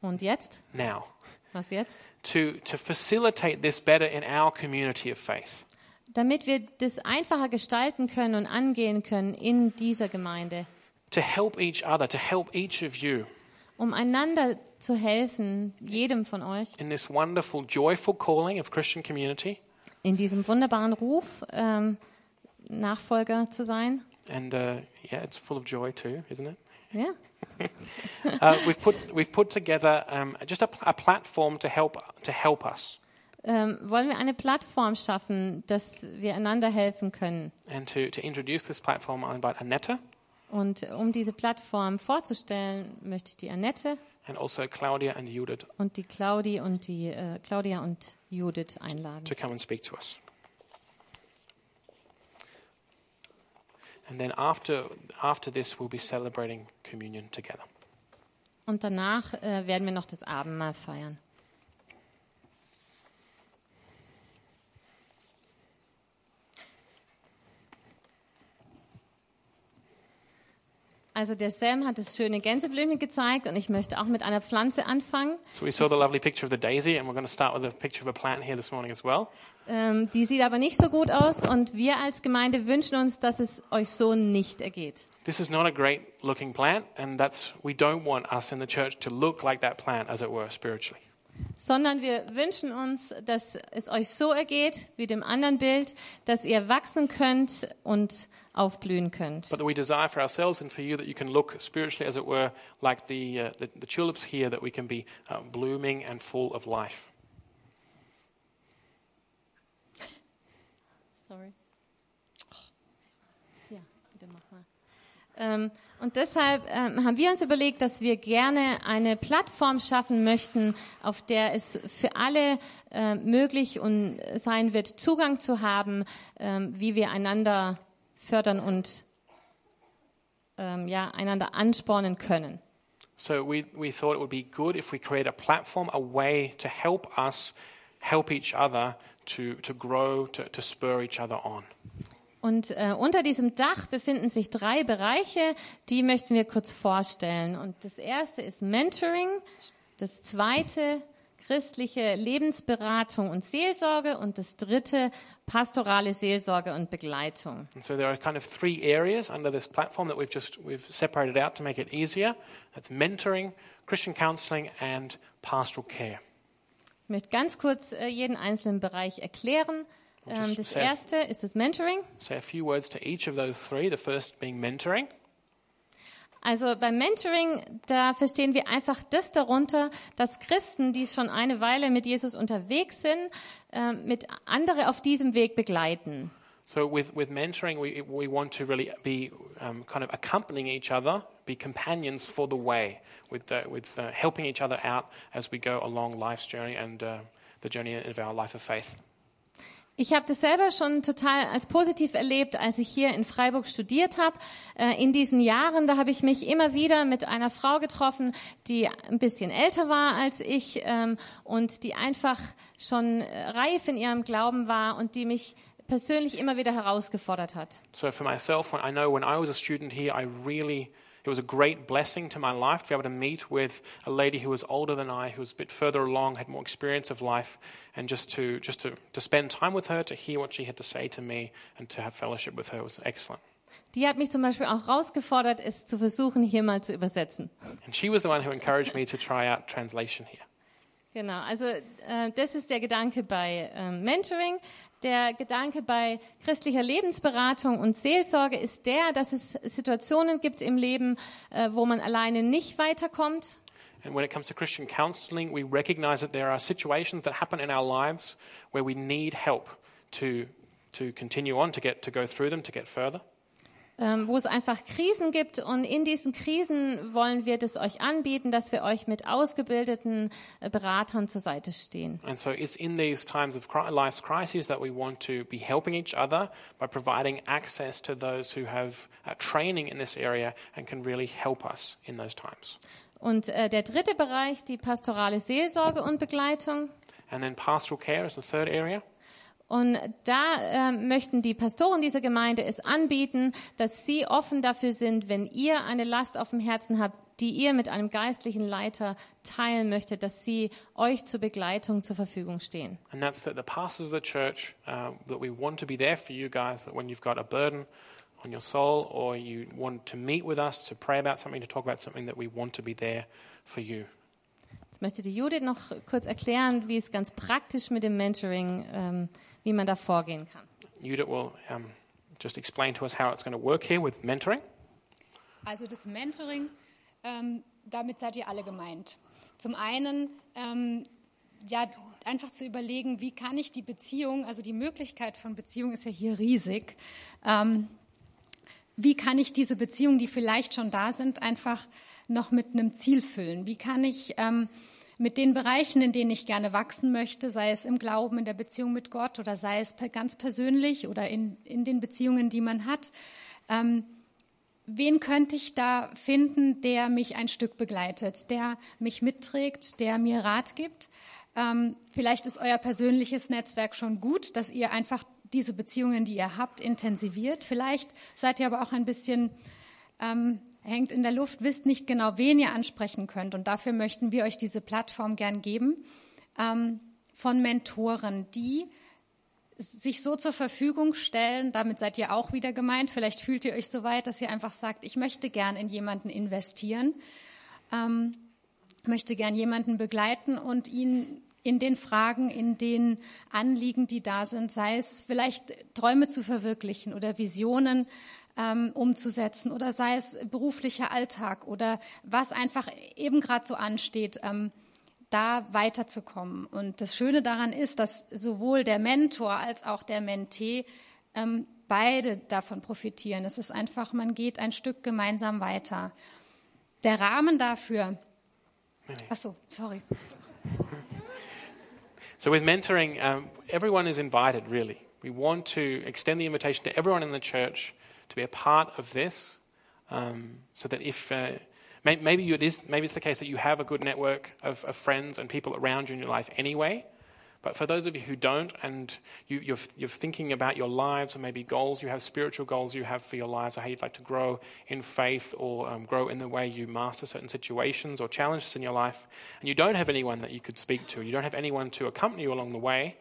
Und jetzt? Now, Was jetzt? to, to facilitate this better in our community of faith, Damit wir das einfacher gestalten können und angehen können in dieser Gemeinde, to help each other, to help each of you um einander zu helfen, jedem von euch, in this wonderful, joyful calling of Christian community. in diesem wunderbaren Ruf, ähm, Nachfolger zu sein. And uh, yeah, it's full of joy too, isn't it? Ja? Uh, we've put we've put together um, just a, pl- a platform to help to help us ähm, wollen wir eine Plattform schaffen, dass wir einander helfen können. and to, to introduce this platform. I invite Annetta Und um diese Plattform vorzustellen, möchte ich die Annette and also Claudia and Judith und die Claudi und die äh, Claudia und Judith einladen. to come and speak to us. And then after after this, we'll be celebrating communion together. Und danach äh, werden wir noch das Abendmahl feiern. Also der Sam hat das schöne Gänseblümchen gezeigt und ich möchte auch mit einer Pflanze anfangen. So we saw the lovely picture of the daisy, and we're going to start with a picture of a plant here this morning as well. Ähm, die sieht aber nicht so gut aus und wir als Gemeinde wünschen uns, dass es euch so nicht ergeht. This is not a great looking plant, and that's we don't want us in the church to look like that plant, as it were, spiritually. Sondern wir wünschen uns, dass es euch so ergeht wie dem anderen Bild, dass ihr wachsen könnt und aufblühen könnt. But that we desire for ourselves and for you that you can look spiritually, as it were, like the, uh, the, the tulips here, that we can be uh, blooming and full of life. Sorry. Oh. Ja, bitte mach mal. Ähm, und deshalb ähm, haben wir uns überlegt, dass wir gerne eine Plattform schaffen möchten, auf der es für alle äh, möglich und sein wird, Zugang zu haben, ähm, wie wir einander fördern und ähm, ja, einander anspornen können. So we, we thought it would be good if we create a platform, a way to help us help each other to, to grow, to, to spur each other on. Und äh, unter diesem Dach befinden sich drei Bereiche, die möchten wir kurz vorstellen. Und das erste ist Mentoring, das zweite christliche Lebensberatung und Seelsorge und das dritte pastorale Seelsorge und Begleitung. And so there are kind of three areas under this platform that we've just we've separated out to make it easier. That's mentoring, Christian counseling and pastoral care. Ich möchte ganz kurz äh, jeden einzelnen Bereich erklären. Ähm, das sehr- erste ist das Mentoring. Say a few words to each of those three, the first being mentoring. Also beim Mentoring, da verstehen wir einfach das darunter, dass Christen, die schon eine Weile mit Jesus unterwegs sind, äh, mit andere auf diesem Weg begleiten. So with, with mentoring, we, we want to really be um, kind of accompanying each other, be companions for the way, with, uh, with uh, helping each other out as we go along life's journey and uh, the journey of our life of faith. Ich habe das selber schon total als positiv erlebt, als ich hier in Freiburg studiert habe. Äh, In diesen Jahren, da habe ich mich immer wieder mit einer Frau getroffen, die ein bisschen älter war als ich ähm, und die einfach schon äh, reif in ihrem Glauben war und die mich persönlich immer wieder herausgefordert hat. So for myself, when I know when I was a student here, I really it was a great blessing to my life to be able to meet with a lady who was older than I, who was a bit further along, had more experience of life, and just to just to, to spend time with her, to hear what she had to say to me, and to have fellowship with her was excellent. Die hat mich zum Beispiel auch herausgefordert, es zu versuchen, hier mal zu übersetzen. And she was the one who encouraged me to try out translation here. Genau, also äh, das ist der Gedanke bei ähm, Mentoring. Der Gedanke bei christlicher Lebensberatung und Seelsorge ist der, dass es Situationen gibt im Leben, äh, wo man alleine nicht weiterkommt. And when it comes to Christian counseling, we recognize that there are situations that happen in our lives where we need help to to continue on, to get to go through them, to get further. Ähm, wo es einfach Krisen gibt und in diesen Krisen wollen wir das euch anbieten, dass wir euch mit ausgebildeten äh, Beratern zur Seite stehen. And so it's in these times of cri- life's crises that we want to be helping each other by providing access to those who have uh, training in this area and can really help us in those times. Und äh, der dritte Bereich, die pastorale Seelsorge und Begleitung. And then pastoral care is the third area. Und da äh, möchten die Pastoren dieser Gemeinde es anbieten, dass sie offen dafür sind, wenn ihr eine Last auf dem Herzen habt, die ihr mit einem geistlichen Leiter teilen möchtet, dass sie euch zur Begleitung zur Verfügung stehen. And that's that the pastors of the church, uh, that we want to be there for you guys, that when you've got a burden on your soul or you want to meet with us to pray about something, to talk about something, that we want to be there for you. Jetzt möchte die Judith noch kurz erklären, wie es ganz praktisch mit dem Mentoring, ähm, wie man da vorgehen kann. Judith will um, just explain to us how it's going to work here with mentoring. Also das Mentoring, ähm, damit seid ihr alle gemeint. Zum einen, ähm, ja, einfach zu überlegen, wie kann ich die Beziehung, also die Möglichkeit von Beziehung ist ja hier riesig. Ähm, wie kann ich diese Beziehungen, die vielleicht schon da sind, einfach noch mit einem Ziel füllen? Wie kann ich ähm, mit den Bereichen, in denen ich gerne wachsen möchte, sei es im Glauben, in der Beziehung mit Gott oder sei es per- ganz persönlich oder in, in den Beziehungen, die man hat, ähm, wen könnte ich da finden, der mich ein Stück begleitet, der mich mitträgt, der mir Rat gibt? Ähm, vielleicht ist euer persönliches Netzwerk schon gut, dass ihr einfach diese Beziehungen, die ihr habt, intensiviert. Vielleicht seid ihr aber auch ein bisschen ähm, hängt in der Luft, wisst nicht genau, wen ihr ansprechen könnt. Und dafür möchten wir euch diese Plattform gern geben ähm, von Mentoren, die sich so zur Verfügung stellen, damit seid ihr auch wieder gemeint. Vielleicht fühlt ihr euch so weit, dass ihr einfach sagt, ich möchte gern in jemanden investieren, ähm, möchte gern jemanden begleiten und ihn in den Fragen, in den Anliegen, die da sind, sei es vielleicht Träume zu verwirklichen oder Visionen ähm, umzusetzen oder sei es beruflicher Alltag oder was einfach eben gerade so ansteht. Ähm, da weiterzukommen. Und das Schöne daran ist, dass sowohl der Mentor als auch der Mentee ähm, beide davon profitieren. Es ist einfach, man geht ein Stück gemeinsam weiter. Der Rahmen dafür. Ach so, sorry. So with mentoring, um, everyone is invited, really. We want to extend the invitation to everyone in the church to be a part of this, um, so that if uh, may, maybe you, it is maybe it's the case that you have a good network of, of friends and people around you in your life anyway, But for those of you who don't, and you, you're, you're thinking about your lives or maybe goals you have, spiritual goals you have for your lives, or how you'd like to grow in faith or um, grow in the way you master certain situations or challenges in your life, and you don't have anyone that you could speak to, you don't have anyone to accompany you along the way,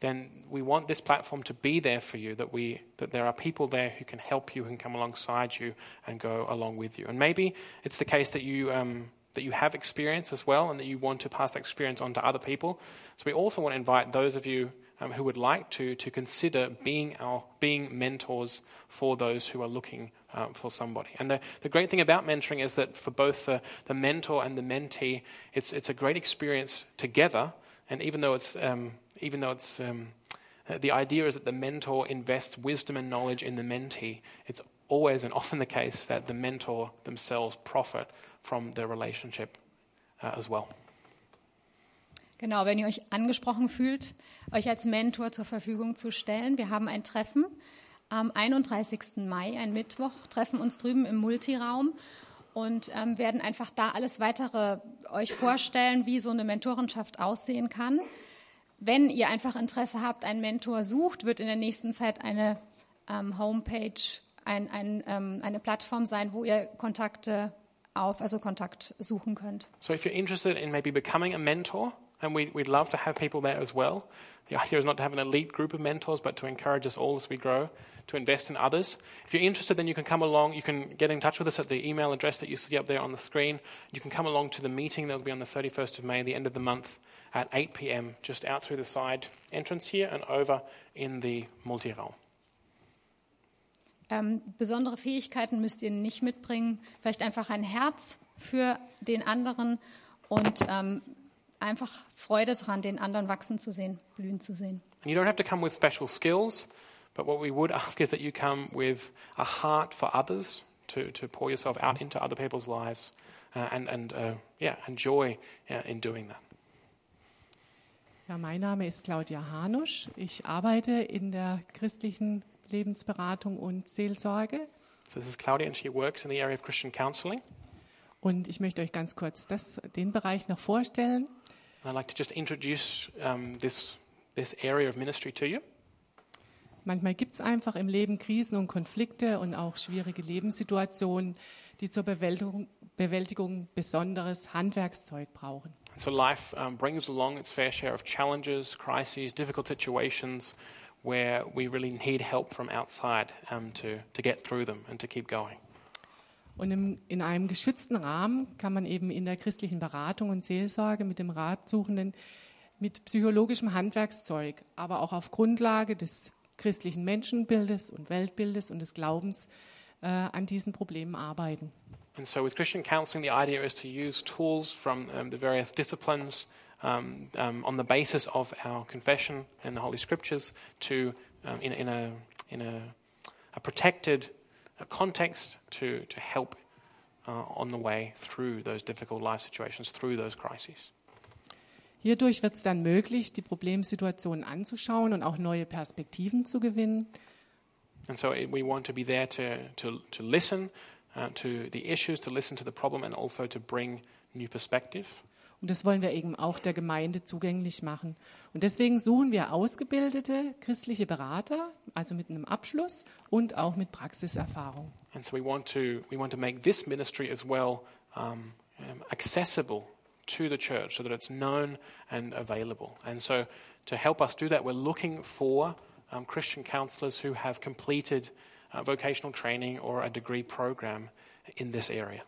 then we want this platform to be there for you, that, we, that there are people there who can help you and come alongside you and go along with you. And maybe it's the case that you, um, that you have experience as well and that you want to pass that experience on to other people. So we also want to invite those of you um, who would like to, to consider being, our, being mentors for those who are looking um, for somebody. And the, the great thing about mentoring is that for both the, the mentor and the mentee, it's, it's a great experience together. And even though it's, um, even though it's um, uh, the idea is that the mentor invests wisdom and knowledge in the mentee, it's always and often the case that the mentor themselves profit from their relationship uh, as well. Genau, wenn ihr euch angesprochen fühlt, euch als Mentor zur Verfügung zu stellen. Wir haben ein Treffen am 31. Mai, ein Mittwoch, treffen uns drüben im Multiraum und ähm, werden einfach da alles weitere euch vorstellen, wie so eine Mentorenschaft aussehen kann. Wenn ihr einfach Interesse habt, einen Mentor sucht, wird in der nächsten Zeit eine ähm, Homepage, ein, ein, ähm, eine Plattform sein, wo ihr Kontakte auf, also Kontakt suchen könnt. So if you're interested in maybe becoming a mentor, and we, we'd love to have people there as well. The idea is not to have an elite group of mentors, but to encourage us all as we grow to invest in others. If you're interested, then you can come along. You can get in touch with us at the email address that you see up there on the screen. You can come along to the meeting that will be on the 31st of May, the end of the month, at 8 p.m., just out through the side entrance here and over in the multi raum. Ähm, besondere Fähigkeiten müsst ihr nicht mitbringen, vielleicht einfach ein Herz für den anderen und ähm, einfach Freude dran, den anderen wachsen zu sehen, blühen zu sehen. And you don't have to come with special skills, but what we would ask is that you come with a heart for others, to, to pour yourself out into other people's lives, uh, and, and uh, yeah, and joy uh, in doing that. Ja, mein Name ist Claudia Hanusch. Ich arbeite in der christlichen Lebensberatung und Seelsorge. So this is Claudia, and she works in the area of Christian counseling. Und ich möchte euch ganz kurz das, den Bereich noch vorstellen. And I'd like to just introduce um, this, this area of ministry to you. Manchmal gibt es einfach im Leben Krisen und Konflikte und auch schwierige Lebenssituationen, die zur Bewältigung, Bewältigung besonderes Handwerkszeug brauchen. And so life um, brings along its fair share of challenges, crises, difficult situations where we really need help from outside um, to, to get through them and to keep going. Und im, in einem geschützten Rahmen kann man eben in der christlichen Beratung und Seelsorge mit dem Ratsuchenden mit psychologischem Handwerkszeug, aber auch auf Grundlage des christlichen Menschenbildes und Weltbildes und des Glaubens äh, an diesen Problemen arbeiten. And so, with Christian counseling, the idea is to use tools from um, the various disciplines um, um, on the basis of our confession and the Holy Scriptures to, um, in, in, a, in a, a protected uh context, to, to help uh, on the way through those difficult life situations, through those crises. Hierdurch wird es dann möglich, die Problemsituationen anzuschauen und auch neue Perspektiven zu gewinnen. And so, it, we want to be there to, to, to listen uh, to the issues, to listen to the problem, and also to bring new perspective. Und das wollen wir eben auch der Gemeinde zugänglich machen. Und deswegen suchen wir ausgebildete christliche Berater, also mit einem Abschluss und auch mit Praxiserfahrung. And so we want to we want to make this ministry as well um, um, accessible to the church, so that it's known and available. And so to help us do that, we're looking for um, Christian counselors who have completed uh, vocational training or a degree program in this area.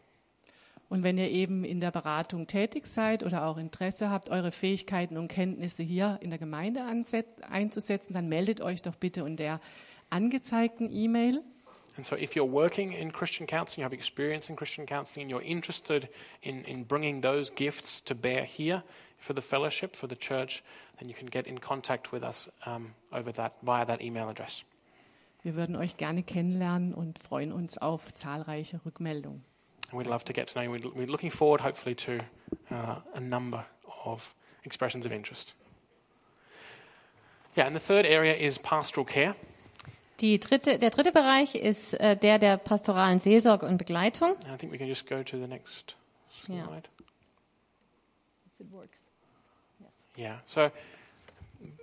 Und wenn ihr eben in der Beratung tätig seid oder auch Interesse habt, eure Fähigkeiten und Kenntnisse hier in der Gemeinde anset- einzusetzen, dann meldet euch doch bitte in der angezeigten E-Mail. And so, if you're working in Christian counseling, you have experience in Christian counseling, and you're interested in, in bringing those gifts to bear here for the fellowship, for the church, then you can get in contact with us um, over that via that email address. Wir würden euch gerne kennenlernen und freuen uns auf zahlreiche Rückmeldungen. And we'd love to get to know you. We'd- We're looking forward, hopefully, to uh, a number of expressions of interest. Yeah, and the third area is pastoral care. Die dritte, der dritte Bereich ist äh, der der pastoralen Seelsorge und Begleitung. And I think we can just go to the next slide. Yeah. Yeah. So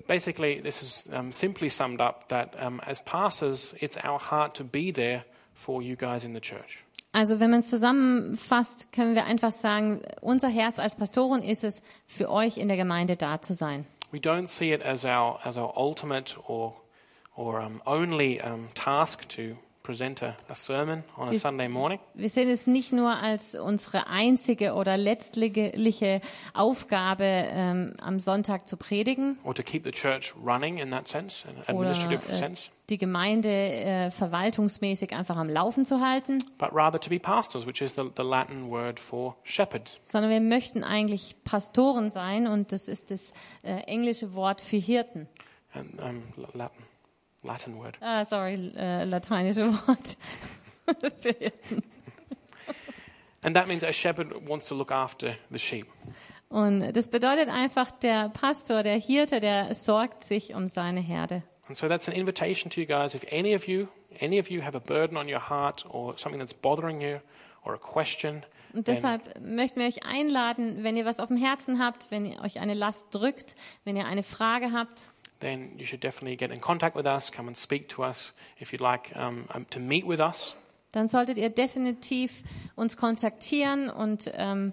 basically, this is um, simply summed up that um, as pastors, it's our heart to be there for you guys in the church. Also wenn man es zusammenfasst, können wir einfach sagen, unser Herz als Pastoren ist es, für euch in der Gemeinde da zu sein. We don't see it as our as our ultimate or or um, only um, task to present a, a sermon on a Yes. Sunday morning. Wir sehen es nicht nur als unsere einzige oder letztliche Aufgabe, ähm, am Sonntag zu predigen or to keep the church running in that sense, in an oder administrative äh, sense, die Gemeinde äh, verwaltungsmäßig einfach am Laufen zu halten, but rather to be pastors, which is the, the Latin word for shepherd. sondern wir möchten eigentlich Pastoren sein und das ist das äh, englische Wort für Hirten. And, um, L- Latin, Latin word. Ah, sorry, äh, lateinische Wort für Hirten. And that means a shepherd wants to look after the sheep. Und das bedeutet einfach, der Pastor, der Hirte, der sorgt sich um seine Herde. And so that's an invitation to you guys. If any of you, any of you have a burden on your heart or something that's bothering you or a question, Und then deshalb möchten wir euch einladen, wenn ihr was auf dem Herzen habt, wenn ihr euch eine Last drückt, wenn ihr eine Frage habt, then you should definitely get in contact with us. Come and speak to us if you'd like um, um, to meet with us. dann solltet ihr definitiv uns kontaktieren und ähm,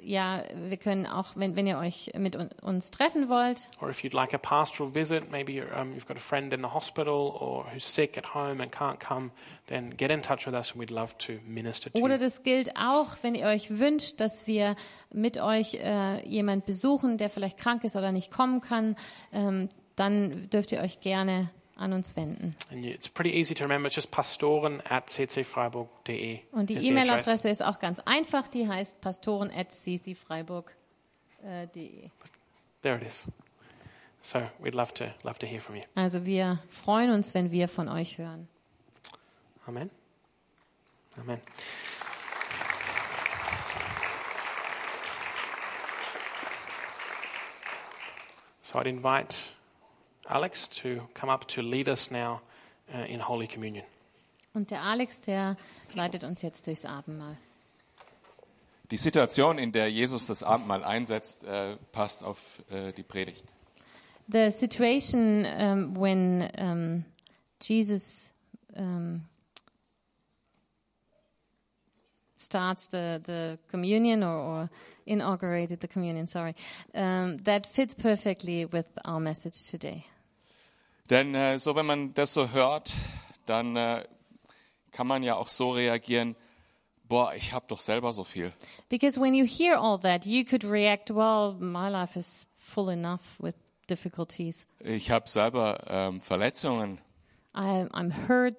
ja, wir können auch, wenn, wenn ihr euch mit un uns treffen wollt Or if you'd like a pastoral visit, maybe you're, um, you've got a friend in the hospital or who's sick at home and can't come, then get in touch with us and we'd love to minister to oder you. das gilt auch, wenn ihr euch wünscht, dass wir mit euch äh, jemand besuchen, der vielleicht krank ist oder nicht kommen kann, ähm, dann dürft ihr euch gerne an uns wenden. And you, it's pretty easy to remember. It's just pastoren at ccfreiburg.de. Und die e is the address. E-Mail-Adresse ist auch ganz einfach, die heißt pastoren.ccfreiburg.de. äh, There it is. So we'd love to, love to hear from you. Also wir freuen uns, wenn wir von euch hören. Amen. Amen. So I'd invite Alex to come up to lead us now uh, in Holy Communion. Und der Alex, der leitet uns jetzt durchs Abendmahl. Die Situation, in der Jesus das Abendmahl einsetzt, äh, passt auf äh, die Predigt. The situation um, when um, Jesus um, starts the, the communion or, or inaugurated the communion, sorry, um, that fits perfectly with our message today. Denn äh, so, wenn man das so hört, dann äh, kann man ja auch so reagieren, boah, ich habe doch selber so viel. Because when you hear all that, you could react, well, my life is full enough with difficulties. Ich habe selber ähm, Verletzungen. I, I'm hurt.